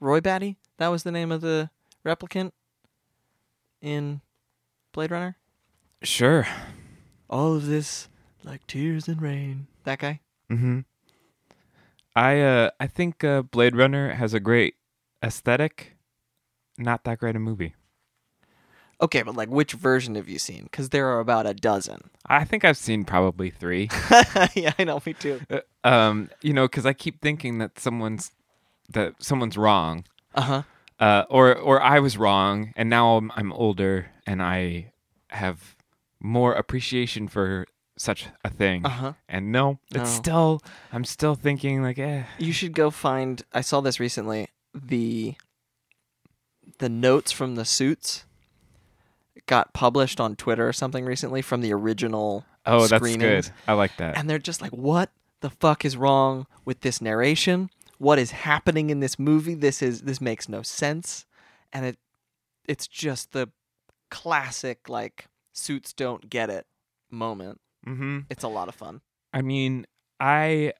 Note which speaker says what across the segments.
Speaker 1: Roy Batty? That was the name of the replicant in Blade Runner?
Speaker 2: Sure.
Speaker 1: All of this like tears and rain. That guy?
Speaker 2: Mm-hmm. I uh, I think uh, Blade Runner has a great aesthetic. Not that great a movie.
Speaker 1: Okay, but like which version have you seen? Because there are about a dozen.
Speaker 2: I think I've seen probably three.
Speaker 1: yeah, I know, me too.
Speaker 2: Uh, um, you know, because I keep thinking that someone's that someone's wrong,
Speaker 1: Uh huh.
Speaker 2: uh, or or I was wrong, and now I'm, I'm older and I have more appreciation for such a thing.
Speaker 1: Uh huh.
Speaker 2: And no, it's
Speaker 1: No.
Speaker 2: still I'm still thinking like, eh.
Speaker 1: You should go find. I saw this recently. The the notes from the suits got published on Twitter or something recently from the original.
Speaker 2: Oh, that's
Speaker 1: screenings.
Speaker 2: good. I like that.
Speaker 1: and they're just like, "What the fuck is wrong with this narration? What is happening in this movie? This is this makes no sense." And it it's just the classic like suits don't get it moment.
Speaker 2: mm-hmm.
Speaker 1: It's a lot of fun.
Speaker 2: I mean, I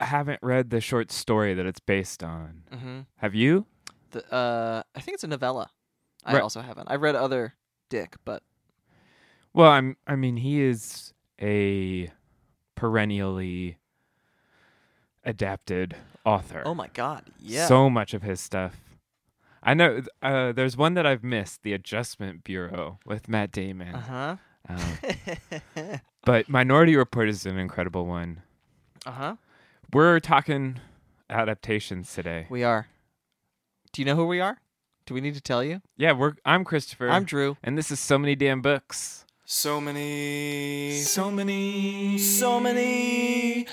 Speaker 2: haven't read the short story that it's based on.
Speaker 1: Mm-hmm.
Speaker 2: Have you?
Speaker 1: The, uh, I think it's a novella. I
Speaker 2: Right.
Speaker 1: also haven't. I've read other Dick, but
Speaker 2: Well, I'm. I mean, he is a perennially adapted author.
Speaker 1: oh my god, yeah.
Speaker 2: so much of his stuff. I know uh, there's one that I've missed, The Adjustment Bureau with Matt Damon.
Speaker 1: uh huh.
Speaker 2: Um, but Minority Report is an incredible one.
Speaker 1: uh huh.
Speaker 2: We're talking adaptations today.
Speaker 1: We are. Do you know who we are? Do we need to tell you?
Speaker 2: yeah, we're. I'm Christopher.
Speaker 1: I'm Drew.
Speaker 2: and this is so many damn books.
Speaker 3: So many, so many, so many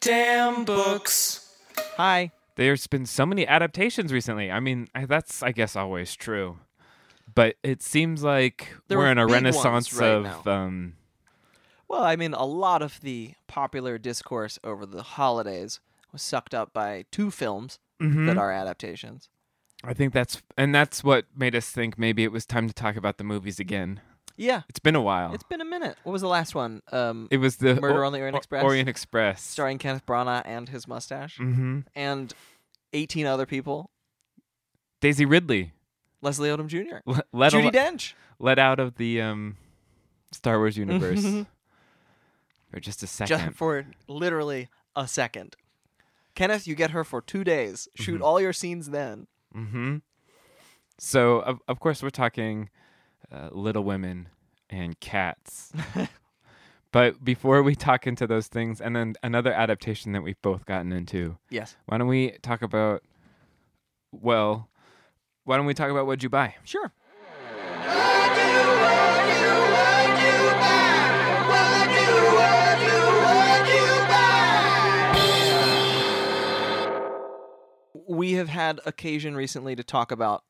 Speaker 3: damn books.
Speaker 1: Hi.
Speaker 2: There's been so many adaptations recently. I mean, I, that's I guess always true, but it seems like
Speaker 1: There
Speaker 2: we're
Speaker 1: are
Speaker 2: in a
Speaker 1: big ones
Speaker 2: renaissance
Speaker 1: right
Speaker 2: of um,
Speaker 1: Well, I mean, a lot of the popular discourse over the holidays was sucked up by two films
Speaker 2: Hmm?
Speaker 1: that are adaptations.
Speaker 2: mm-hmm. I think that's and that's what made us think maybe it was time to talk about the movies again.
Speaker 1: Yeah,
Speaker 2: It's been a while.
Speaker 1: it's been a minute. What was the last one? Um,
Speaker 2: Oh. it was the
Speaker 1: Murder
Speaker 2: O-
Speaker 1: on the Orient
Speaker 2: O-
Speaker 1: Express?
Speaker 2: Orient Express.
Speaker 1: starring Kenneth Branagh and his mustache,
Speaker 2: hmm
Speaker 1: and 18 other people.
Speaker 2: Daisy Ridley
Speaker 1: Leslie Odom Jr.
Speaker 2: le- let
Speaker 1: Judy
Speaker 2: al-
Speaker 1: Dench.
Speaker 2: let out of the um, Star Wars universe for just a
Speaker 1: Just
Speaker 2: second.
Speaker 1: for literally a second. Kenneth, you get her for two days. Shoot
Speaker 2: Mm-hmm.
Speaker 1: all your scenes then.
Speaker 2: hmm So of of course we're talking uh, Little Women and Cats. But before we talk into those things, and then another adaptation that we've both gotten into,
Speaker 1: Yes.
Speaker 2: Why don't we talk about well, why don't we talk about what'd you buy?
Speaker 1: Sure. We have had occasion recently to talk about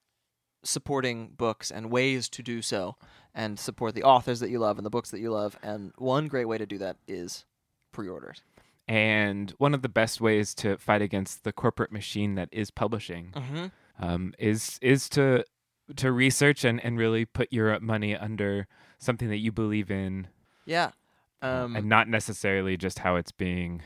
Speaker 1: supporting books and ways to do so and support the authors that you love and the books that you love. And one great way to do that is pre orders.
Speaker 2: And one of the best ways to fight against the corporate machine that is publishing
Speaker 1: Mm-hmm.
Speaker 2: um, is is to to research and, and really put your money under something that you believe in
Speaker 1: Yeah. Um,
Speaker 2: and not necessarily just how it's being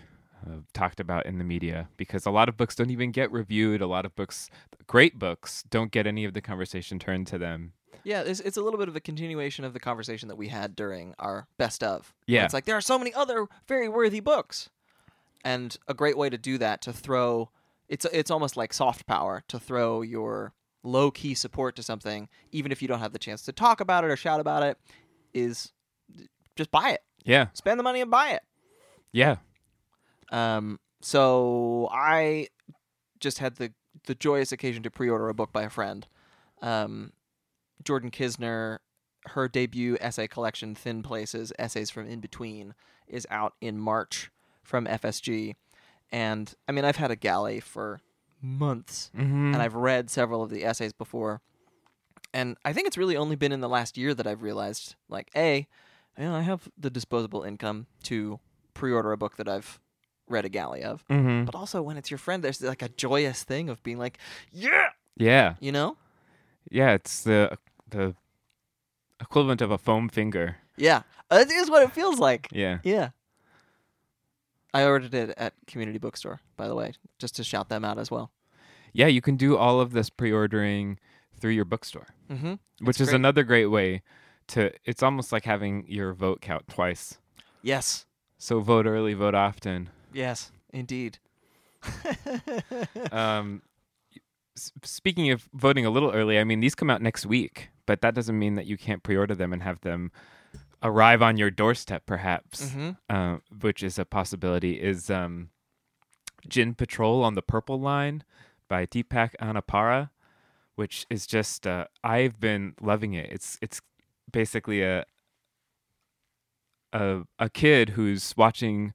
Speaker 2: uh, talked about in the media because a lot of books don't even get reviewed a lot of books great books don't get any of the conversation turned to them
Speaker 1: Yeah, it's, it's a little bit of a continuation of the conversation that we had during our best of.
Speaker 2: Yeah.
Speaker 1: It's like there are so many other very worthy books. And a great way to do that, to throw It's it's almost like soft power to throw your low key support to something, even if you don't have the chance to talk about it or shout about it. Is just buy it,
Speaker 2: Yeah.
Speaker 1: spend the money and buy it.
Speaker 2: Yeah.
Speaker 1: Um, so I just had the the joyous occasion to pre-order a book by a friend, um, Jordan Kisner. Her debut essay collection, Thin Places: Essays from In Between, is out in March from FSG, and I mean I've had a galley for months,
Speaker 2: Mm-hmm.
Speaker 1: and I've read several of the essays before, and I think it's really only been in the last year that I've realized, like, a, you know, I have the disposable income to pre-order a book that I've read a galley of,
Speaker 2: mm-hmm.
Speaker 1: but also when it's your friend, there's like a joyous thing of being like, yeah,
Speaker 2: Yeah.
Speaker 1: you know,
Speaker 2: Yeah. It's the the equivalent of a foam finger.
Speaker 1: yeah, Uh, this is what it feels like.
Speaker 2: Yeah.
Speaker 1: Yeah. I ordered it at community bookstore, by the way, just to shout them out as well.
Speaker 2: Yeah. You can do all of this pre-ordering through your bookstore,
Speaker 1: Mm-hmm.
Speaker 2: which is
Speaker 1: great.
Speaker 2: another great way to. It's almost like having your vote count twice.
Speaker 1: Yes,
Speaker 2: So vote early, vote often.
Speaker 1: yes, indeed.
Speaker 2: um, s- speaking of voting a little early, I mean these come out next week, but that doesn't mean that you can't pre-order them and have them arrive on your doorstep, perhaps,
Speaker 1: hmm
Speaker 2: uh, which is a possibility. Is um, Gin Patrol on the Purple Line by Deepak Anapara, which is just uh, I've been loving it. It's it's basically a a, a kid who's watching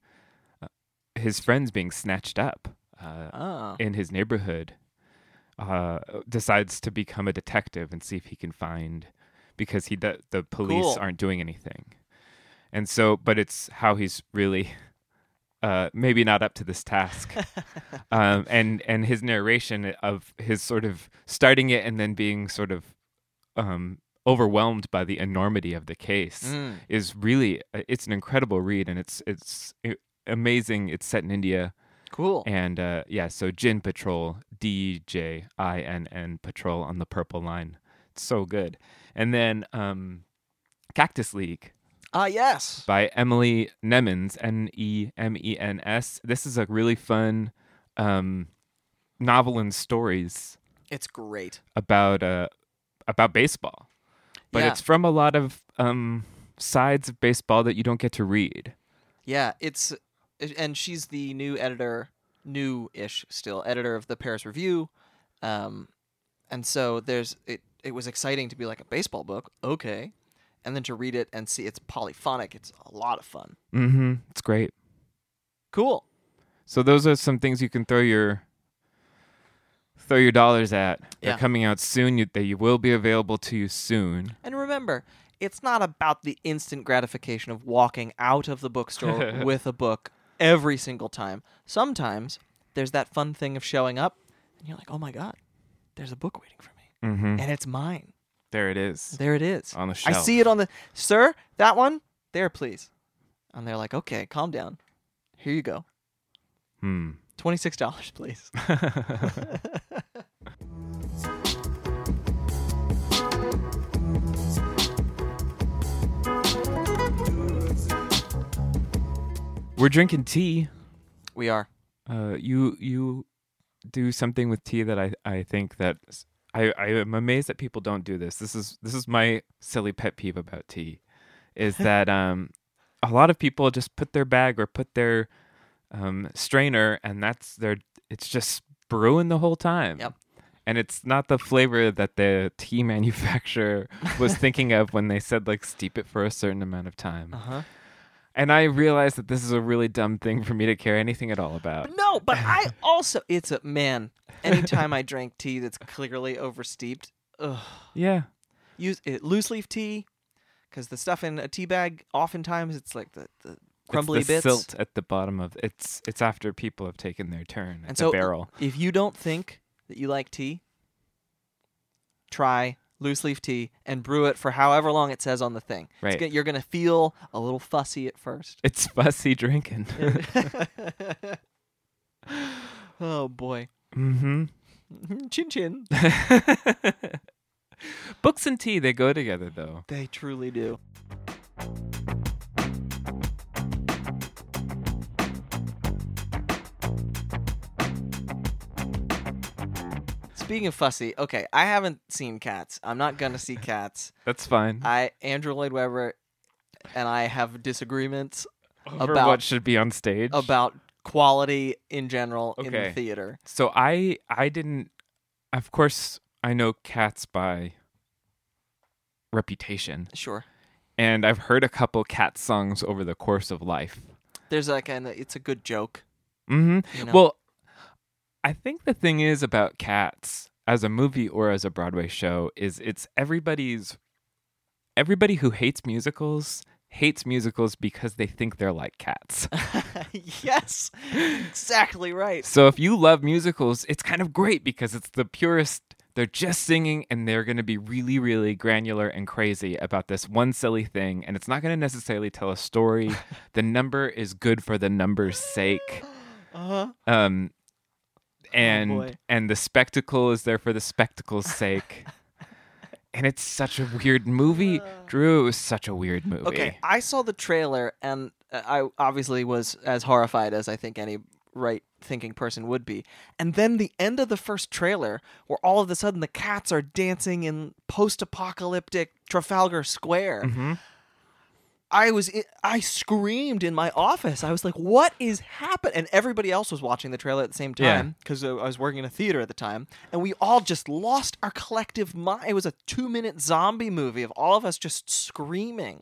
Speaker 2: uh, his friends being snatched up. Uh,
Speaker 1: Ah,
Speaker 2: in his neighborhood uh, decides to become a detective and see if he can find because he do- the police
Speaker 1: Cool.
Speaker 2: aren't doing anything and so but it's how he's really uh, maybe not up to this task um, and and his narration of his sort of starting it and then being sort of um, overwhelmed by the enormity of the case
Speaker 1: Mm.
Speaker 2: is really uh, it's an incredible read and it's it's uh, amazing it's set in india
Speaker 1: cool.
Speaker 2: and uh, yeah, so Gin Patrol, D J I N N Patrol on the purple line. It's so good. And then um, Cactus League
Speaker 1: Ah, yes.
Speaker 2: by Emily Nemens, N E M E N S. This is a really fun um, novel and stories
Speaker 1: It's great.
Speaker 2: about uh, about baseball, but
Speaker 1: Yeah.
Speaker 2: it's from a lot of um, sides of baseball that you don't get to read.
Speaker 1: Yeah, it's and she's the new editor, new-ish still editor of the Paris Review, um, and so there's it. It was exciting to be like a baseball book, okay, and then to read it and see it's polyphonic. It's a lot of fun.
Speaker 2: Mm-hmm. It's great.
Speaker 1: Cool.
Speaker 2: So those are some things you can throw your throw your dollars at. They're
Speaker 1: Yeah.
Speaker 2: coming out soon. You, they will be available to you soon.
Speaker 1: And remember, it's not about the instant gratification of walking out of the bookstore with a book every single time. Sometimes there's that fun thing of showing up and you're like, oh my god, there's a book waiting for me,
Speaker 2: Mm-hmm.
Speaker 1: and it's mine.
Speaker 2: There it is.
Speaker 1: There it is.
Speaker 2: On the
Speaker 1: I
Speaker 2: shelf.
Speaker 1: see it on the sir. That one there, please. And they're like, okay, calm down. Here you go.
Speaker 2: Hmm.
Speaker 1: Twenty six dollars, please.
Speaker 2: We're drinking tea.
Speaker 1: we are.
Speaker 2: Uh, you you do something with tea that I I think that s- I I am amazed that people don't do this. This is this is my silly pet peeve about tea, is that um a lot of people just put their bag or put their um strainer and that's their it's just brewing the whole time.
Speaker 1: Yep.
Speaker 2: And it's not the flavor that the tea manufacturer was thinking of when they said like steep it for a certain amount of time.
Speaker 1: huh.
Speaker 2: And I realized that this is a really dumb thing for me to care anything at all about.
Speaker 1: No, but I also it's a man. Anytime I drank tea that's clearly oversteeped, ugh.
Speaker 2: Yeah.
Speaker 1: Use it loose leaf tea, because the stuff in a tea bag oftentimes it's like the, the crumbly
Speaker 2: it's the
Speaker 1: bits.
Speaker 2: silt at the bottom of it's it's after people have taken their turn at the
Speaker 1: And so-
Speaker 2: barrel
Speaker 1: If you don't think that you like tea, try loose leaf tea and brew it for however long it says on the thing. It's
Speaker 2: right
Speaker 1: gonna- you're going to feel a little fussy at first.
Speaker 2: it's fussy drinking
Speaker 1: oh boy.
Speaker 2: mm-hmm
Speaker 1: Chin chin.
Speaker 2: books and tea they go together though
Speaker 1: They truly do. Speaking of fussy, okay, I haven't seen Cats. I'm not gonna see Cats.
Speaker 2: That's fine.
Speaker 1: I Andrew Lloyd Webber and I have disagreements
Speaker 2: Over
Speaker 1: about-
Speaker 2: what should be on stage.
Speaker 1: about quality in general in the
Speaker 2: Okay.
Speaker 1: theater.
Speaker 2: So I I didn't of course I know cats by reputation
Speaker 1: Sure.
Speaker 2: and I've heard a couple cat songs over the course of life.
Speaker 1: There's like an it's a good joke.
Speaker 2: Mhm.
Speaker 1: You know?
Speaker 2: Well, I think the thing is about cats as a movie or as a Broadway show is it's everybody's everybody who hates musicals hates musicals because they think they're like cats.
Speaker 1: yes, exactly right.
Speaker 2: So if you love musicals, it's kind of great because it's the purest. They're just singing and they're going to be really, really granular and crazy about this one silly thing. And it's not going to necessarily tell a story. the number is good for the number's sake.
Speaker 1: Uh-huh.
Speaker 2: Um, and
Speaker 1: Oh, boy.
Speaker 2: and the spectacle is there for the spectacle's sake. and it's such a weird movie. Drew is such a weird movie.
Speaker 1: Okay, I saw the trailer and uh, I obviously was as horrified as I think any right thinking person would be. And then the end of the first trailer, where all of a sudden the cats are dancing in post apocalyptic Trafalgar Square.
Speaker 2: Mhm.
Speaker 1: I was i I screamed in my office. I was like, "What is happening?" And everybody else was watching the trailer at the same
Speaker 2: Yeah.
Speaker 1: time because I was working in a theater at the time, and we all just lost our collective mind. It was a two-minute zombie movie of all of us just screaming.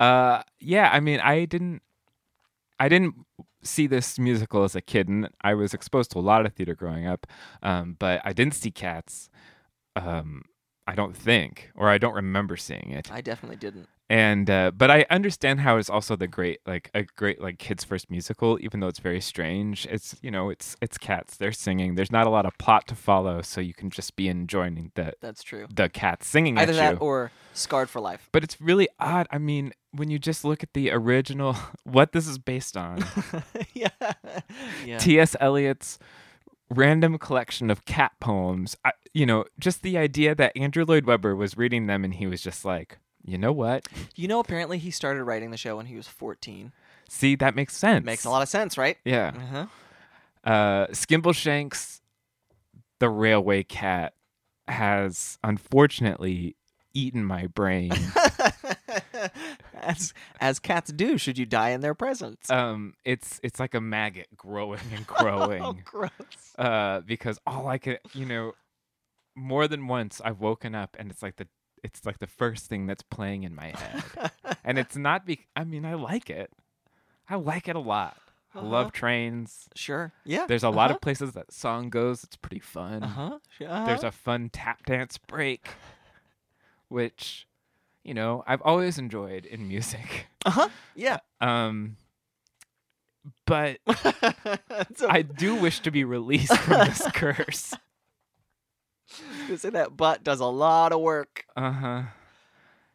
Speaker 2: Uh, yeah, I mean, I didn't, I didn't see this musical as a kid, and I was exposed to a lot of theater growing up, um, but I didn't see Cats. Um, I don't think, or I don't remember seeing it.
Speaker 1: I definitely didn't.
Speaker 2: And uh, but I understand how it's also the great, like a great, like kids' first musical, even though it's very strange. It's you know, it's it's Cats. They're singing. There's not a lot of plot to follow, so you can just be enjoying the
Speaker 1: That's true.
Speaker 2: the cats singing
Speaker 1: Either
Speaker 2: at you.
Speaker 1: that or Scarred for Life.
Speaker 2: But it's really odd. I mean, when you just look at the original, what this is based on
Speaker 1: yeah. yeah.
Speaker 2: T.S. Eliot's random collection of cat poems. I, you know, just the idea that Andrew Lloyd Webber was reading them and he was just like, you know what?
Speaker 1: you know, apparently he started writing the show when he was 14.
Speaker 2: See, that makes sense.
Speaker 1: Makes a lot of sense, right?
Speaker 2: Yeah.
Speaker 1: Uh-huh.
Speaker 2: Uh, Skimbleshanks, the railway cat, has unfortunately eaten my brain.
Speaker 1: Uh-huh. as as cats do, should you die in their presence?
Speaker 2: um, it's it's like a maggot growing and growing.
Speaker 1: Oh, gross.
Speaker 2: uh, because all I could, you know, more than once I've woken up and it's like the it's like the first thing that's playing in my head, and it's not be. I mean, I like it. I like it a lot. I love trains.
Speaker 1: Uh-huh. Sure. Yeah.
Speaker 2: There's a lot of places that song goes. It's pretty fun.
Speaker 1: Uh-huh. Sure,
Speaker 2: There's
Speaker 1: uh-huh.
Speaker 2: a fun tap dance break, which, you know, I've always enjoyed in music.
Speaker 1: Uh-huh. Yeah.
Speaker 2: Um, but
Speaker 1: It's a-
Speaker 2: I do wish to be released from this curse.
Speaker 1: you say that butt does a lot of work.
Speaker 2: Uh huh.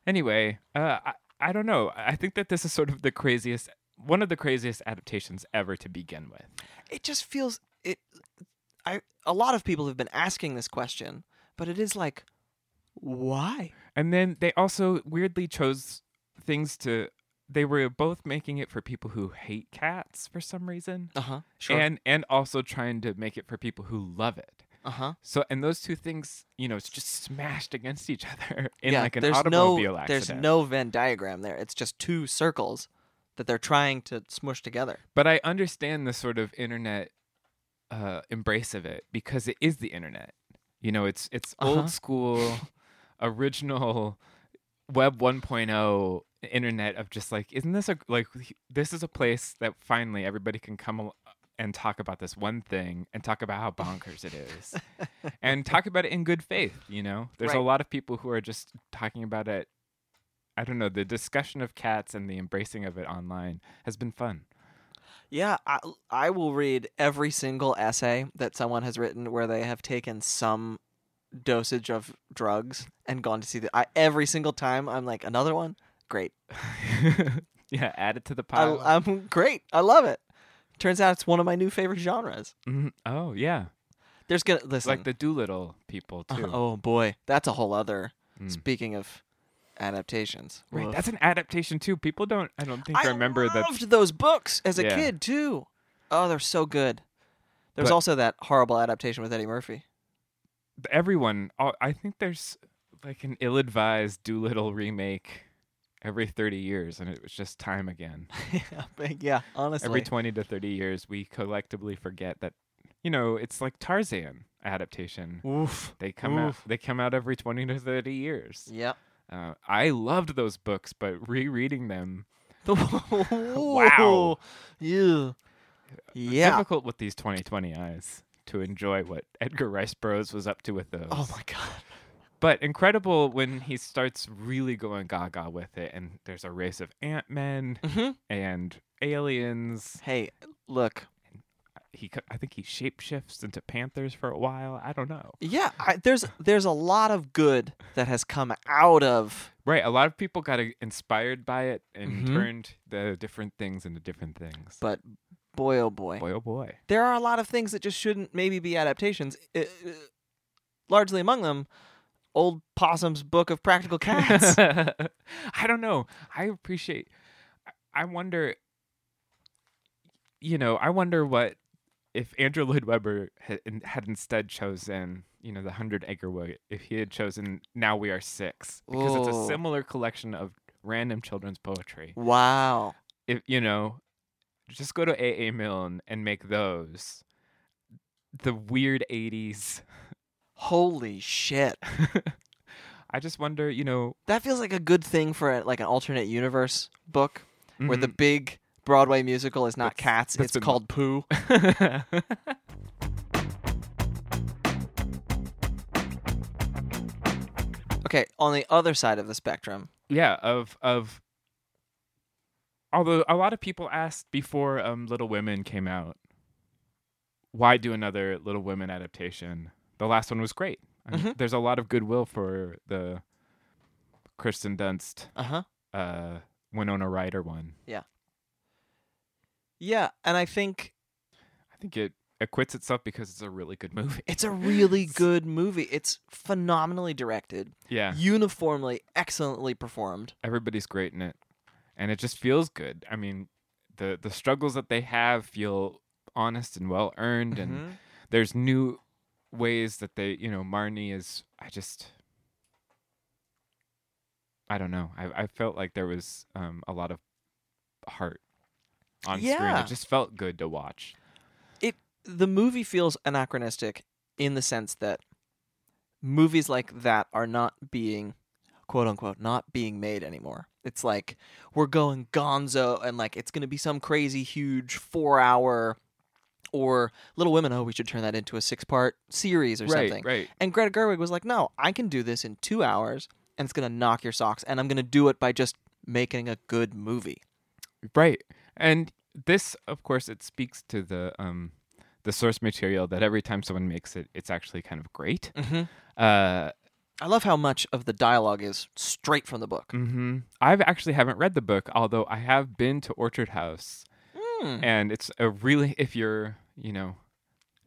Speaker 2: Anyway, uh, I, I don't know. I I think that this is sort of the craziest, one of the craziest adaptations ever to begin with.
Speaker 1: It just feels it I a lot of people have been asking this question, but it is like why?
Speaker 2: And then they also weirdly chose things to. They were both making it for people who hate cats for some reason,
Speaker 1: Uh-huh. Sure.
Speaker 2: and and also trying to make it for people who love it.
Speaker 1: uh-huh.
Speaker 2: So and those two things, you know, it's just smashed against each other in
Speaker 1: yeah,
Speaker 2: like an
Speaker 1: there's
Speaker 2: automobile
Speaker 1: no,
Speaker 2: accident.
Speaker 1: There's no Venn diagram there. It's just two circles that they're trying to smush together.
Speaker 2: But I understand the sort of internet uh, embrace of it because it is the internet. You know, it's it's
Speaker 1: Uh-huh.
Speaker 2: old school, original web 1.0 internet of just like, isn't this a like this is a place that finally everybody can come al- and talk about this one thing and talk about how bonkers it is and talk about it in good faith. You know, there's a
Speaker 1: Right.
Speaker 2: lot of people who are just talking about it. I don't know. The discussion of cats and the embracing of it online has been fun.
Speaker 1: Yeah, I, I will read every single essay that someone has written where they have taken some dosage of drugs and gone to see the. I, every single time, I'm like, another one? Great.
Speaker 2: yeah, add it to the
Speaker 1: I,
Speaker 2: pile.
Speaker 1: I'm great. I love it. Turns out it's one of my new favorite genres.
Speaker 2: Mhm. Oh yeah,
Speaker 1: There's gonna
Speaker 2: It's
Speaker 1: listen.
Speaker 2: like the Doolittle people too.
Speaker 1: oh boy, that's a whole other.
Speaker 2: Mm.
Speaker 1: Speaking of adaptations,
Speaker 2: right,
Speaker 1: Woof.
Speaker 2: that's an adaptation too. People don't. I don't think
Speaker 1: I
Speaker 2: remember
Speaker 1: loved
Speaker 2: that.
Speaker 1: those books as a
Speaker 2: Yeah.
Speaker 1: kid too. Oh, they're so good. There was
Speaker 2: But-
Speaker 1: also that horrible adaptation with Eddie Murphy.
Speaker 2: everyone. all- I think there's like an ill-advised Doolittle remake every 30 years, and it was just time again.
Speaker 1: yeah, but yeah, honestly.
Speaker 2: Every 20 to 30 years, we collectively forget that, you know, it's like Tarzan adaptation.
Speaker 1: Oof.
Speaker 2: They come out. They come out every 20 to 30 years.
Speaker 1: Yep.
Speaker 2: Uh, I loved those books, but rereading them
Speaker 1: wow. Yeah. Yeah.
Speaker 2: difficult with these 2020 eyes to enjoy what Edgar Rice Burroughs was up to with those.
Speaker 1: Oh my god.
Speaker 2: But incredible when he starts really going gaga with it, and there's a race of ant men
Speaker 1: Mhm.
Speaker 2: and aliens.
Speaker 1: Hey, look.
Speaker 2: He, co- I think he shapeshifts into panthers for a while. I don't know.
Speaker 1: Yeah, I, there's there's a lot of good that has come out of
Speaker 2: Right, a lot of people got uh, inspired by it and
Speaker 1: Mhm.
Speaker 2: turned the different things into different things.
Speaker 1: but boy oh boy.
Speaker 2: boy, oh boy,
Speaker 1: There are a lot of things that just shouldn't maybe be adaptations. I- I- largely among them old possum's book of practical cats.
Speaker 2: I don't know. I appreciate. I- I wonder. You know, I wonder what if Andrew Lloyd Webber had, in- had instead chosen, you know, the Hundred Acre Wood. If he had chosen, now we are six, because it's a
Speaker 1: Whoa.
Speaker 2: similar collection of random children's poetry.
Speaker 1: wow.
Speaker 2: If you know, just go to A.A. Milne and make those the weird '80s.
Speaker 1: Holy shit.
Speaker 2: I just wonder, you know,
Speaker 1: That feels like a good thing for a, like an alternate universe book where the
Speaker 2: mhm.
Speaker 1: big Broadway musical is not
Speaker 2: That's-
Speaker 1: cats,
Speaker 2: that's
Speaker 1: it's
Speaker 2: a-
Speaker 1: called Pooh.
Speaker 2: mm.
Speaker 1: Okay, on the other side of the spectrum.
Speaker 2: yeah of of although a lot of people asked before um little women came out why do another little women adaptation the last one was great I mean,
Speaker 1: Mhm.
Speaker 2: there's a lot of goodwill for the kristen dunst
Speaker 1: Uh-huh.
Speaker 2: uh winona ryder one
Speaker 1: Yeah, and I think
Speaker 2: i think it acquits itself because it's a really good movie
Speaker 1: it's a really good movie. It's phenomenally directed,
Speaker 2: yeah
Speaker 1: uniformly excellently performed.
Speaker 2: everybody's great in it and it just feels good i mean the the struggles that they have feel honest and well earned and
Speaker 1: Mhm.
Speaker 2: there's new ways that they you know marnie is i just i don't know i, I felt like there was um, a lot of heart on screen
Speaker 1: Yeah.
Speaker 2: it just felt good to watch
Speaker 1: The movie feels anachronistic in the sense that movies like that are not being quote unquote not being made anymore. It's like we're going gonzo and like it's going to be some crazy huge 4-hour or Little Women, oh, we should turn that into a six-part series or
Speaker 2: right
Speaker 1: something.
Speaker 2: right
Speaker 1: And Greta Gerwig was like, "No, I can do this in two hours, and it's gonna knock your socks, and I'm gonna do it by just making a good movie."
Speaker 2: right and this of course it speaks to the um the source material that every time someone makes it it's actually kind of great
Speaker 1: Mm-hmm.
Speaker 2: uh
Speaker 1: I love how much of the dialogue is straight from the book.
Speaker 2: hmm i've actually haven't read the book although i have been to orchard house
Speaker 1: Mm.
Speaker 2: and it's a really if you're you know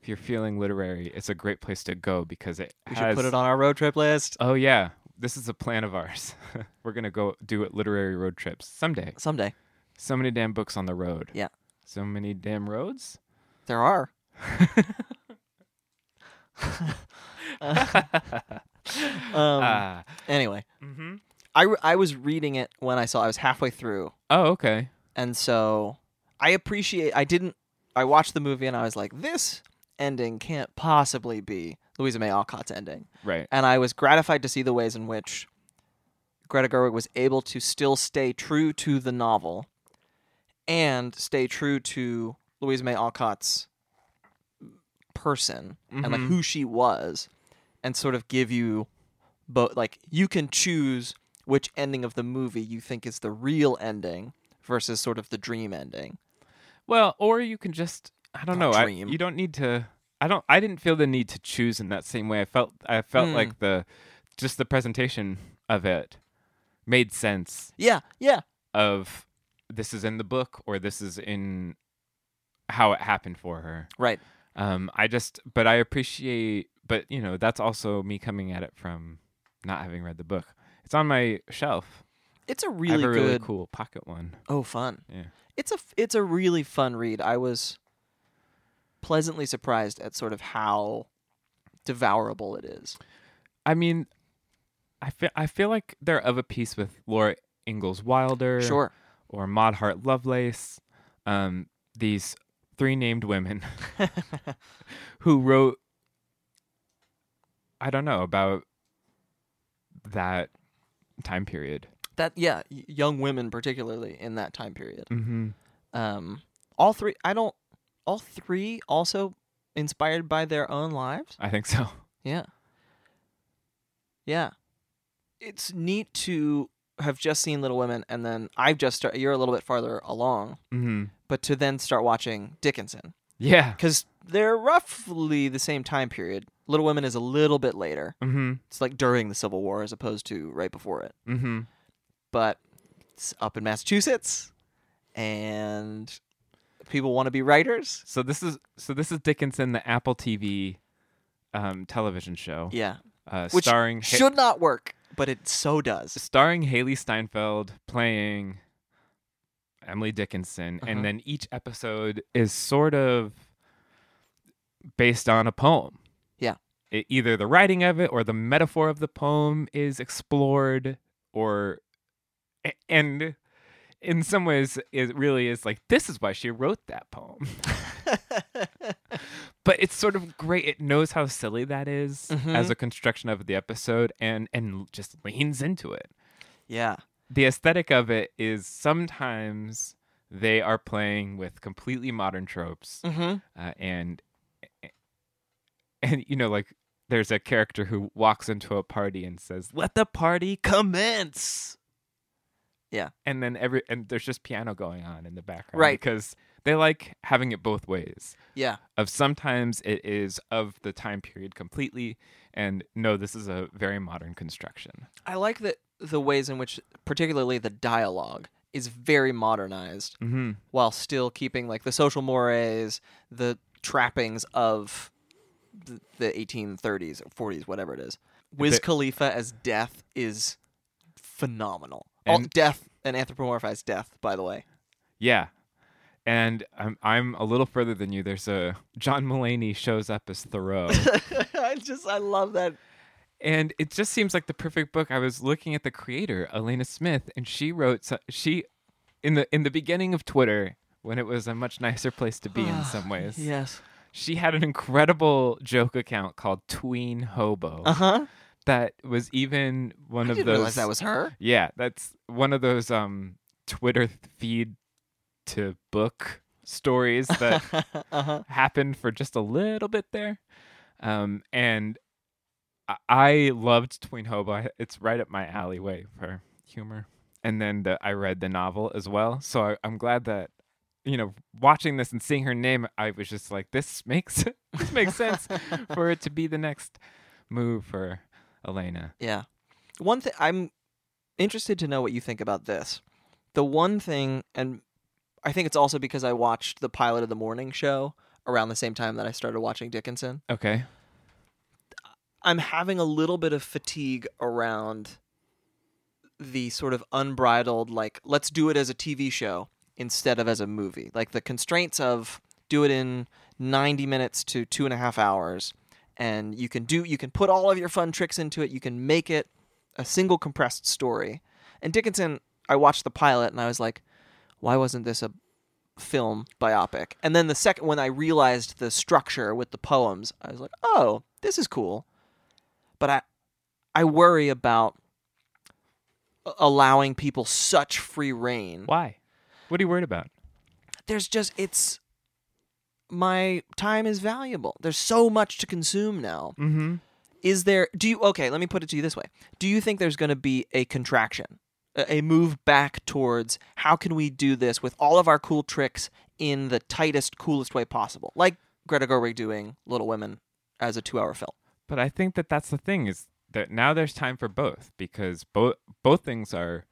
Speaker 2: if you're feeling literary it's a great place to go because it
Speaker 1: We should
Speaker 2: has
Speaker 1: put it on our road trip list
Speaker 2: oh yeah this is a plan of ours we're gonna go do it literary road trips someday
Speaker 1: someday.
Speaker 2: so many damn books on the road
Speaker 1: Yeah.
Speaker 2: so many damn roads
Speaker 1: There are. Um,
Speaker 2: Ah.
Speaker 1: anyway,
Speaker 2: Mhm.
Speaker 1: I, re- I was reading it when I saw I was halfway through,
Speaker 2: oh okay
Speaker 1: and so I appreciate. I didn't. I watched the movie and I was like, "This ending can't possibly be Louisa May Alcott's ending."
Speaker 2: right
Speaker 1: and I was gratified to see the ways in which Greta Gerwig was able to still stay true to the novel and stay true to Louise May Alcott's person and like
Speaker 2: Mhm.
Speaker 1: who she was and sort of give you both like you can choose which ending of the movie you think is the real ending versus sort of the dream ending.
Speaker 2: well or you can just i don't
Speaker 1: Not
Speaker 2: know I,
Speaker 1: dream.
Speaker 2: you don't need to i don't i didn't feel the need to choose in that same way i felt i felt
Speaker 1: Mm.
Speaker 2: like the just the presentation of it made sense
Speaker 1: Yeah, yeah.
Speaker 2: of this is in the book or this is in how it happened for her.
Speaker 1: Right.
Speaker 2: Um, I just, but I appreciate, but you know, that's also me coming at it from not having read the book. It's on my shelf.
Speaker 1: It's a
Speaker 2: I
Speaker 1: really
Speaker 2: have a
Speaker 1: good
Speaker 2: really cool pocket one.
Speaker 1: Oh, fun!
Speaker 2: Yeah.
Speaker 1: it's a f- it's a really fun read. I was pleasantly surprised at sort of how devourable it is.
Speaker 2: I mean, I feel I feel like they're of a piece with Laura Ingalls Wilder,
Speaker 1: Sure.
Speaker 2: or Maud Hart Lovelace. Um, these three named women who wrote. I don't know about that time period.
Speaker 1: That yeah, y- young women particularly in that time period.
Speaker 2: Mm-hmm.
Speaker 1: Um, all three. I don't. All three also inspired by their own lives.
Speaker 2: I think so.
Speaker 1: Yeah. Yeah. It's neat to have just seen Little Women, and then I've just started. You're a little bit farther along,
Speaker 2: Mm-hmm.
Speaker 1: but to then start watching Dickinson
Speaker 2: Yeah.
Speaker 1: because they're roughly the same time period. Little Women is a little bit later.
Speaker 2: Mm-hmm.
Speaker 1: It's like during the Civil War as opposed to right before it.
Speaker 2: Mm-hmm.
Speaker 1: But it's up in Massachusetts, and people want to be writers.
Speaker 2: So this is so this is Dickinson, the Apple TV um, television show,
Speaker 1: Yeah,
Speaker 2: uh,
Speaker 1: which
Speaker 2: starring Ha-
Speaker 1: should not work, but it so does.
Speaker 2: starring Haley Steinfeld playing Emily Dickinson,
Speaker 1: Uh-huh.
Speaker 2: and then each episode is sort of based on a poem.
Speaker 1: Yeah.
Speaker 2: E- either the writing of it or the metaphor of the poem is explored, or a- and in some ways it really is like this is why she wrote that poem. but it's sort of great. It knows how silly that is
Speaker 1: Mhm.
Speaker 2: as a construction of the episode, and and just leans into it
Speaker 1: yeah.
Speaker 2: the aesthetic of it is sometimes they are playing with completely modern tropes
Speaker 1: Mm-hmm.
Speaker 2: uh, and and you know like there's a character who walks into a party and says let the party commence
Speaker 1: Yeah.
Speaker 2: and then every and there's just piano going on in the background
Speaker 1: Right.
Speaker 2: because they like having it both ways
Speaker 1: Yeah.
Speaker 2: of sometimes it is of the time period completely and no this is a very modern construction
Speaker 1: I like that the ways in which, particularly the dialogue, is very modernized
Speaker 2: mm-hmm.
Speaker 1: while still keeping like the social mores, the trappings of th- the 1830s or 40s, whatever it is. Wiz
Speaker 2: The-
Speaker 1: Khalifa as Death is phenomenal. All
Speaker 2: And-
Speaker 1: death and anthropomorphized death, by the way.
Speaker 2: Yeah. And I'm I'm a little further than you. There's a John Mulaney shows up as Thoreau.
Speaker 1: I just I love that.
Speaker 2: and it just seems like the perfect book. I was looking at the creator, Elena Smith, and she wrote so- she in the in the beginning of Twitter when it was a much nicer place to be in some ways.
Speaker 1: Yes.
Speaker 2: She had an incredible joke account called Tween Hobo
Speaker 1: Uh huh.
Speaker 2: that was even one
Speaker 1: I
Speaker 2: of
Speaker 1: didn't
Speaker 2: those
Speaker 1: realize that was her.
Speaker 2: Yeah, that's one of those um Twitter feed to book stories that
Speaker 1: uh huh.
Speaker 2: happened for just a little bit there. Um, and I-, I loved Tween Hobo. I- It's right up my alleyway for humor. And then the, I read the novel as well. So I, I'm glad that, you know, watching this and seeing her name, I was just like, this makes this makes sense for it to be the next move for Elena.
Speaker 1: Yeah. One thing I'm interested to know what you think about this. The one thing, and I think it's also because I watched the pilot of the morning show around the same time that I started watching Dickinson.
Speaker 2: Okay.
Speaker 1: I'm having a little bit of fatigue around the sort of unbridled, like, let's do it as a TV show instead of as a movie. Like the constraints of do it in 90 minutes to two and a half hours. And you can do, you can put all of your fun tricks into it. You can make it a single compressed story. And Dickinson, I watched the pilot and I was like, why wasn't this a film biopic? And then the second, when I realized the structure with the poems, I was like, oh, this is cool. But I, I worry about a- allowing people such free reign.
Speaker 2: Why? What are you worried about?
Speaker 1: There's just, it's, my time is valuable. There's so much to consume now.
Speaker 2: Mm-hmm.
Speaker 1: Is there, do you, okay, let me put it to you this way. Do you think there's going to be a contraction, a, a move back towards how can we do this with all of our cool tricks in the tightest, coolest way possible? Like Greta Gerwig doing Little Women as a two hour film.
Speaker 2: But I think that that's the thing is that now there's time for both because both both things are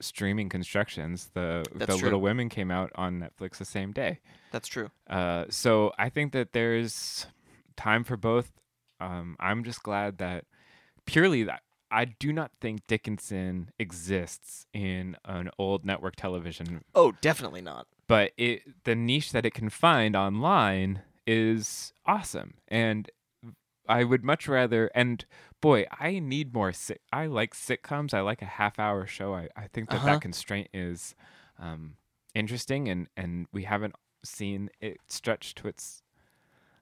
Speaker 2: streaming constructions. The
Speaker 1: That's
Speaker 2: the
Speaker 1: true.
Speaker 2: Little Women came out on Netflix the same day,
Speaker 1: That's true.
Speaker 2: uh, so I think that there's time for both. Um, I'm just glad that purely that I do not think Dickinson exists in an old network television
Speaker 1: Oh, definitely not.
Speaker 2: but it the niche that it can find online is awesome and I would much rather and boy, I need more sit I like sitcoms. I like a half hour show. I, I think that
Speaker 1: Uh-huh.
Speaker 2: that constraint is um, interesting and and we haven't seen it stretch to its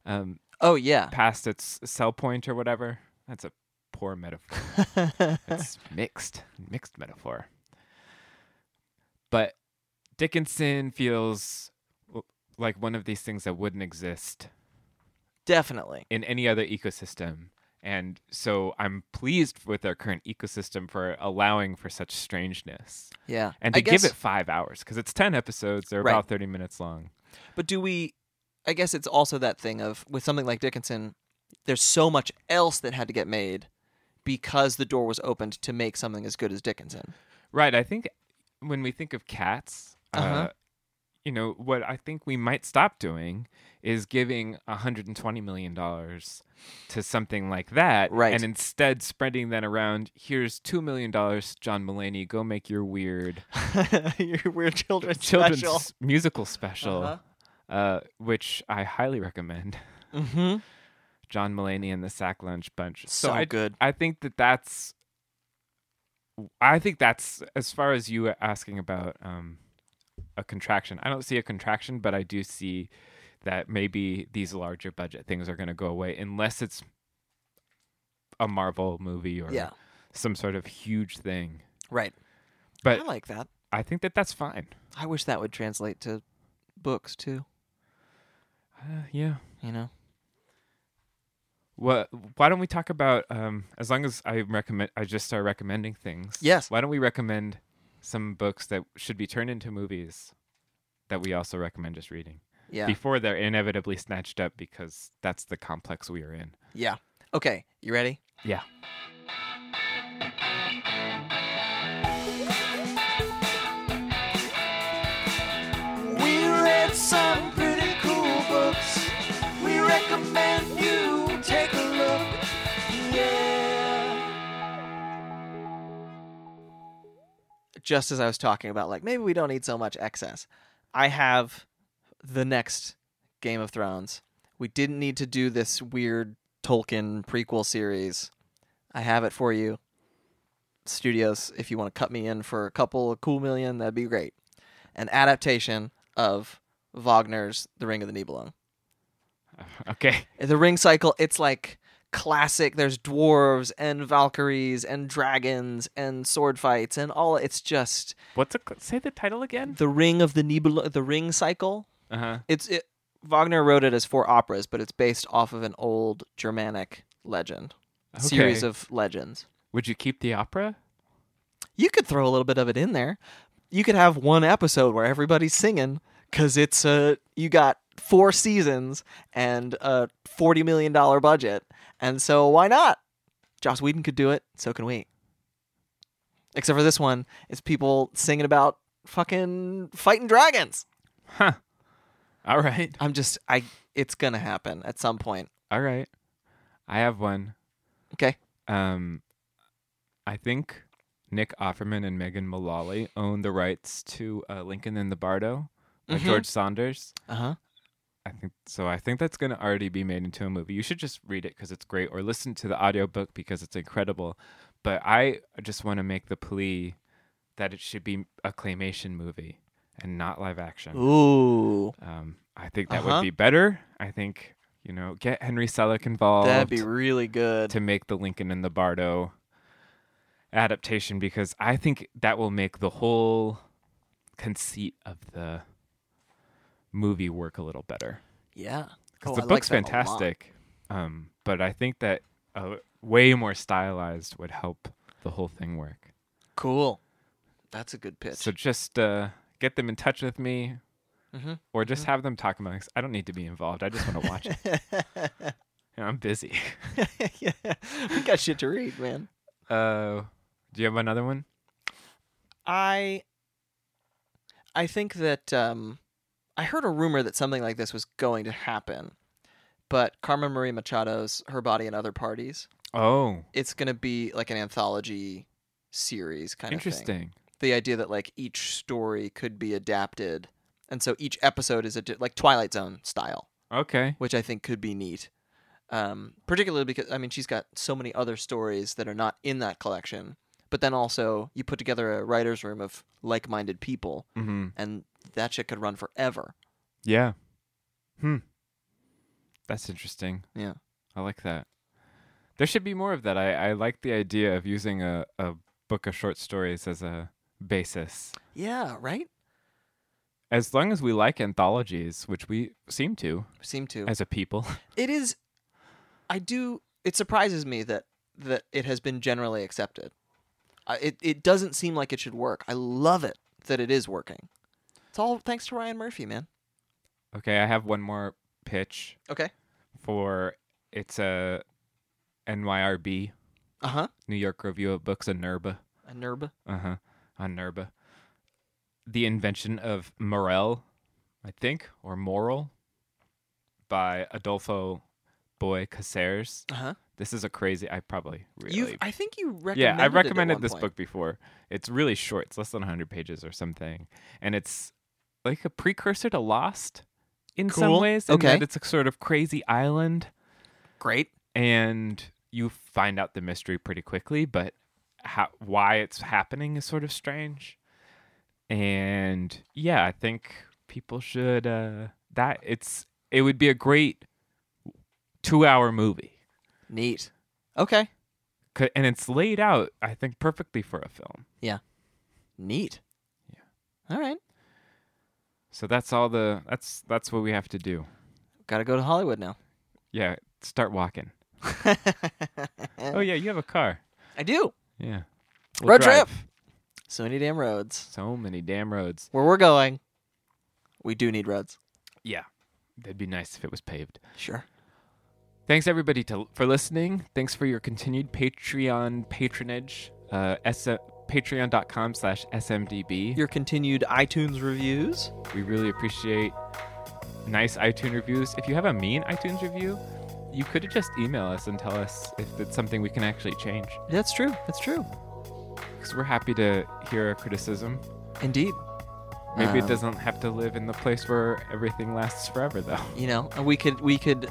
Speaker 2: um,
Speaker 1: Oh yeah.
Speaker 2: past its sell point or whatever. That's a poor metaphor. It's mixed, mixed metaphor. But Dickinson feels l- like one of these things that wouldn't exist
Speaker 1: Definitely.
Speaker 2: in any other ecosystem. And so I'm pleased with our current ecosystem for allowing for such strangeness
Speaker 1: Yeah.
Speaker 2: and
Speaker 1: I
Speaker 2: to
Speaker 1: guess-
Speaker 2: give it five hours because it's 10 episodes, they're
Speaker 1: Right.
Speaker 2: about 30 minutes long.
Speaker 1: But do we? I guess it's also that thing of with something like Dickinson, there's so much else that had to get made because the door was opened to make something as good as Dickinson.
Speaker 2: Right. I think when we think of cats, uh
Speaker 1: Uh-huh.
Speaker 2: you know, what I think we might stop doing is giving $120 million to something like that.
Speaker 1: Right.
Speaker 2: And instead spreading that around. Here's $2 million, John Mullaney. Go make your weird
Speaker 1: Your weird children's
Speaker 2: children's
Speaker 1: special.
Speaker 2: musical special,
Speaker 1: Uh-huh.
Speaker 2: uh which I highly recommend.
Speaker 1: Mm-hmm.
Speaker 2: John Mullaney and the Sack Lunch Bunch.
Speaker 1: So
Speaker 2: I,
Speaker 1: good.
Speaker 2: I think that that's. I think that's as far as you asking about um, a contraction. I don't see a contraction, but I do see that maybe these larger budget things are going to go away unless it's a Marvel movie or
Speaker 1: Yeah.
Speaker 2: some sort of huge thing.
Speaker 1: Right.
Speaker 2: But
Speaker 1: I like that.
Speaker 2: I think that that's fine.
Speaker 1: I wish that would translate to books too.
Speaker 2: Uh, yeah.
Speaker 1: You know.
Speaker 2: What? Why don't we talk about? Um, as long as I recommend, I just start recommending things.
Speaker 1: Yes.
Speaker 2: Why don't we recommend some books that should be turned into movies that we also recommend just reading
Speaker 1: Yeah.
Speaker 2: before they're inevitably snatched up because that's the complex we are in.
Speaker 1: Yeah. Okay. You ready?
Speaker 2: Yeah.
Speaker 3: We read some pretty cool books. We recommend you take a look. Yeah.
Speaker 1: just as I was talking about, like maybe we don't need so much excess. I have the next Game of Thrones. We didn't need to do this weird Tolkien prequel series. I have it for you, studios. If you want to cut me in for a couple of cool million, that'd be great. An adaptation of Wagner's The Ring of the Nibelung.
Speaker 2: Okay.
Speaker 1: The ring cycle, it's like classic. There's dwarves and valkyries and dragons and sword fights and all. It's just
Speaker 2: What's a say the title again?
Speaker 1: the ring of the Nibel, the ring cycle.
Speaker 2: Uh huh.
Speaker 1: It's it, Wagner wrote it as four operas, but it's based off of an old Germanic legend series
Speaker 2: Okay.
Speaker 1: of legends.
Speaker 2: Would you keep the opera?
Speaker 1: You could throw a little bit of it in there. You could have one episode where everybody's singing because it's a you got four seasons and a forty million dollar budget, and so why not? Joss Whedon could do it, so can we. Except for this one, it's people singing about fucking fighting dragons.
Speaker 2: Huh. All right.
Speaker 1: I'm just I it's gonna happen at some point.
Speaker 2: All right. I have one.
Speaker 1: Okay.
Speaker 2: Um, I think Nick Offerman and Megan Mullally own the rights to uh, Lincoln and the Bardo by
Speaker 1: Mhm.
Speaker 2: George Saunders.
Speaker 1: Uh-huh.
Speaker 2: I think so. I think that's going to already be made into a movie. You should just read it because it's great, or listen to the audiobook because it's incredible. But I just want to make the plea that it should be a claymation movie and not live action.
Speaker 1: Ooh.
Speaker 2: Um, I think that
Speaker 1: Uh-huh.
Speaker 2: would be better. I think you know, get Henry Selick involved
Speaker 1: That'd be really good.
Speaker 2: to make the Lincoln and the Bardo adaptation because I think that will make the whole conceit of the movie work a little better
Speaker 1: Yeah.
Speaker 2: because
Speaker 1: Oh,
Speaker 2: the
Speaker 1: I like
Speaker 2: book's
Speaker 1: that a lot.
Speaker 2: fantastic. Um, but I think that uh, way more stylized would help the whole thing work.
Speaker 1: Cool. That's a good pitch.
Speaker 2: So just uh, get them in touch with me,
Speaker 1: Mhm.
Speaker 2: or just have them talk amongst. I don't need to be involved. I just want to watch it. And I'm busy.
Speaker 1: yeah. We got shit to read, man.
Speaker 2: Uh, do you have another one?
Speaker 1: I I think that um I heard a rumor that something like this was going to happen. But Carmen Marie Machado's Her Body and Other Parties,
Speaker 2: Oh,
Speaker 1: it's going to be like an anthology series kind of thing.
Speaker 2: interesting.
Speaker 1: the idea that like each story could be adapted and so each episode is a di- like twilight zone style
Speaker 2: Okay.
Speaker 1: which i think could be neat um, particularly because I mean she's got so many other stories that are not in that collection. But then also you put together a writers' room of like-minded people,
Speaker 2: Mm-hmm.
Speaker 1: and that shit could run forever.
Speaker 2: Yeah. Hmm. That's interesting.
Speaker 1: Yeah.
Speaker 2: I like that. There should be more of that. I, I like the idea of using a, a book of short stories as a basis.
Speaker 1: Yeah, right.
Speaker 2: As long as we like anthologies, which we seem to
Speaker 1: Seem to.
Speaker 2: as a people.
Speaker 1: it is. I do. It surprises me that that it has been generally accepted. I it it doesn't seem like it should work. I love it that it is working. It's all thanks to Ryan Murphy, man.
Speaker 2: Okay, I have one more pitch
Speaker 1: Okay.
Speaker 2: for it's a NYRB,
Speaker 1: Uh huh.
Speaker 2: New York Review of Books, a NERBA.
Speaker 1: A NERB.
Speaker 2: Uh huh. On NERBA. The invention of Morel, I think, or Moral by Adolfo Boy Casares.
Speaker 1: Uh huh.
Speaker 2: This is a crazy. I probably really.
Speaker 1: You. I think you recommended.
Speaker 2: yeah, I
Speaker 1: it at
Speaker 2: recommended
Speaker 1: one
Speaker 2: this
Speaker 1: point.
Speaker 2: book before. It's really short. It's less than 100 pages or something. And it's like a precursor to Lost in some
Speaker 1: Cool.
Speaker 2: ways. in
Speaker 1: Okay.
Speaker 2: that It's a sort of crazy island
Speaker 1: Great.
Speaker 2: and you find out the mystery pretty quickly, but how, why it's happening is sort of strange. And yeah, I think people should uh that it's it would be a great 2-hour movie.
Speaker 1: Neat. Okay.
Speaker 2: 'Ca- And it's laid out I think perfectly for a film.
Speaker 1: Neat. Yeah. All right.
Speaker 2: So that's all the that's that's what we have to do.
Speaker 1: Got to go to Hollywood now.
Speaker 2: Yeah, start walking. Oh yeah, you have a car.
Speaker 1: I do.
Speaker 2: Yeah.
Speaker 1: Road
Speaker 2: trip.
Speaker 1: So many damn roads.
Speaker 2: So many damn roads.
Speaker 1: Where we're going, we do need roads.
Speaker 2: Yeah. That'd be nice if it was paved.
Speaker 1: Sure.
Speaker 2: Thanks everybody to, for listening. Thanks for your continued Patreon patronage. Uh, S- Patreon.com slash SMDB.
Speaker 1: Your continued iTunes reviews.
Speaker 2: We really appreciate nice iTunes reviews. If you have a mean iTunes review, you could just email us and tell us if it's something we can actually change.
Speaker 1: That's true. That's true.
Speaker 2: Because we're happy to hear a criticism.
Speaker 1: Indeed.
Speaker 2: Maybe it
Speaker 1: Um,
Speaker 2: doesn't have to live in the place where everything lasts forever, though.
Speaker 1: You know, and we could we could,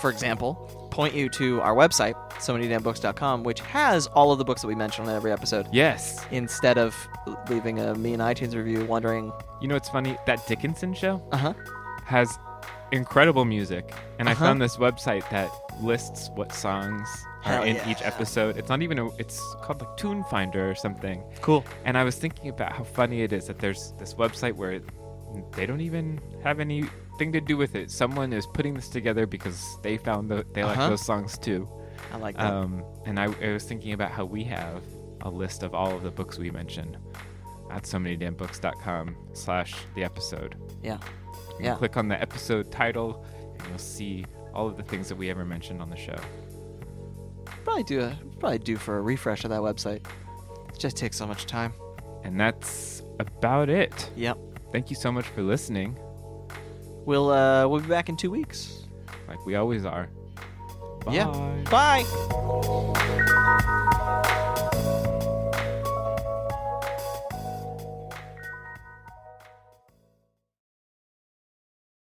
Speaker 1: for example, point you to our website, so manydamnbooks.com, which has all of the books that we mention in every episode.
Speaker 2: Yes.
Speaker 1: Instead of leaving a mean iTunes review wondering,
Speaker 2: You know what's funny? That Dickinson show,
Speaker 1: uh huh,
Speaker 2: has incredible music and
Speaker 1: Uh-huh.
Speaker 2: i found this website that lists what songs are
Speaker 1: Hell
Speaker 2: in
Speaker 1: yeah.
Speaker 2: each episode it's not even a, it's called like tune finder or something
Speaker 1: cool.
Speaker 2: and i was thinking about how funny it is that there's this website where it, they don't even have anything to do with it someone is putting this together because they found that they like
Speaker 1: Uh-huh.
Speaker 2: those songs too
Speaker 1: I like that.
Speaker 2: um, and I, I was thinking about how we have a list of all of the books we mention at so many damn books.com slash the episode
Speaker 1: yeah.
Speaker 2: you
Speaker 1: Yeah.
Speaker 2: click on the episode title and you'll see all of the things that we ever mentioned on the show.
Speaker 1: Probably do a probably do for a refresh of that website. It just takes so much time.
Speaker 2: And that's about it.
Speaker 1: Yep.
Speaker 2: Thank you so much for listening,
Speaker 1: We'll uh we'll be back in two weeks.
Speaker 2: like we always are.
Speaker 1: Yeah.
Speaker 2: Bye.
Speaker 1: Bye.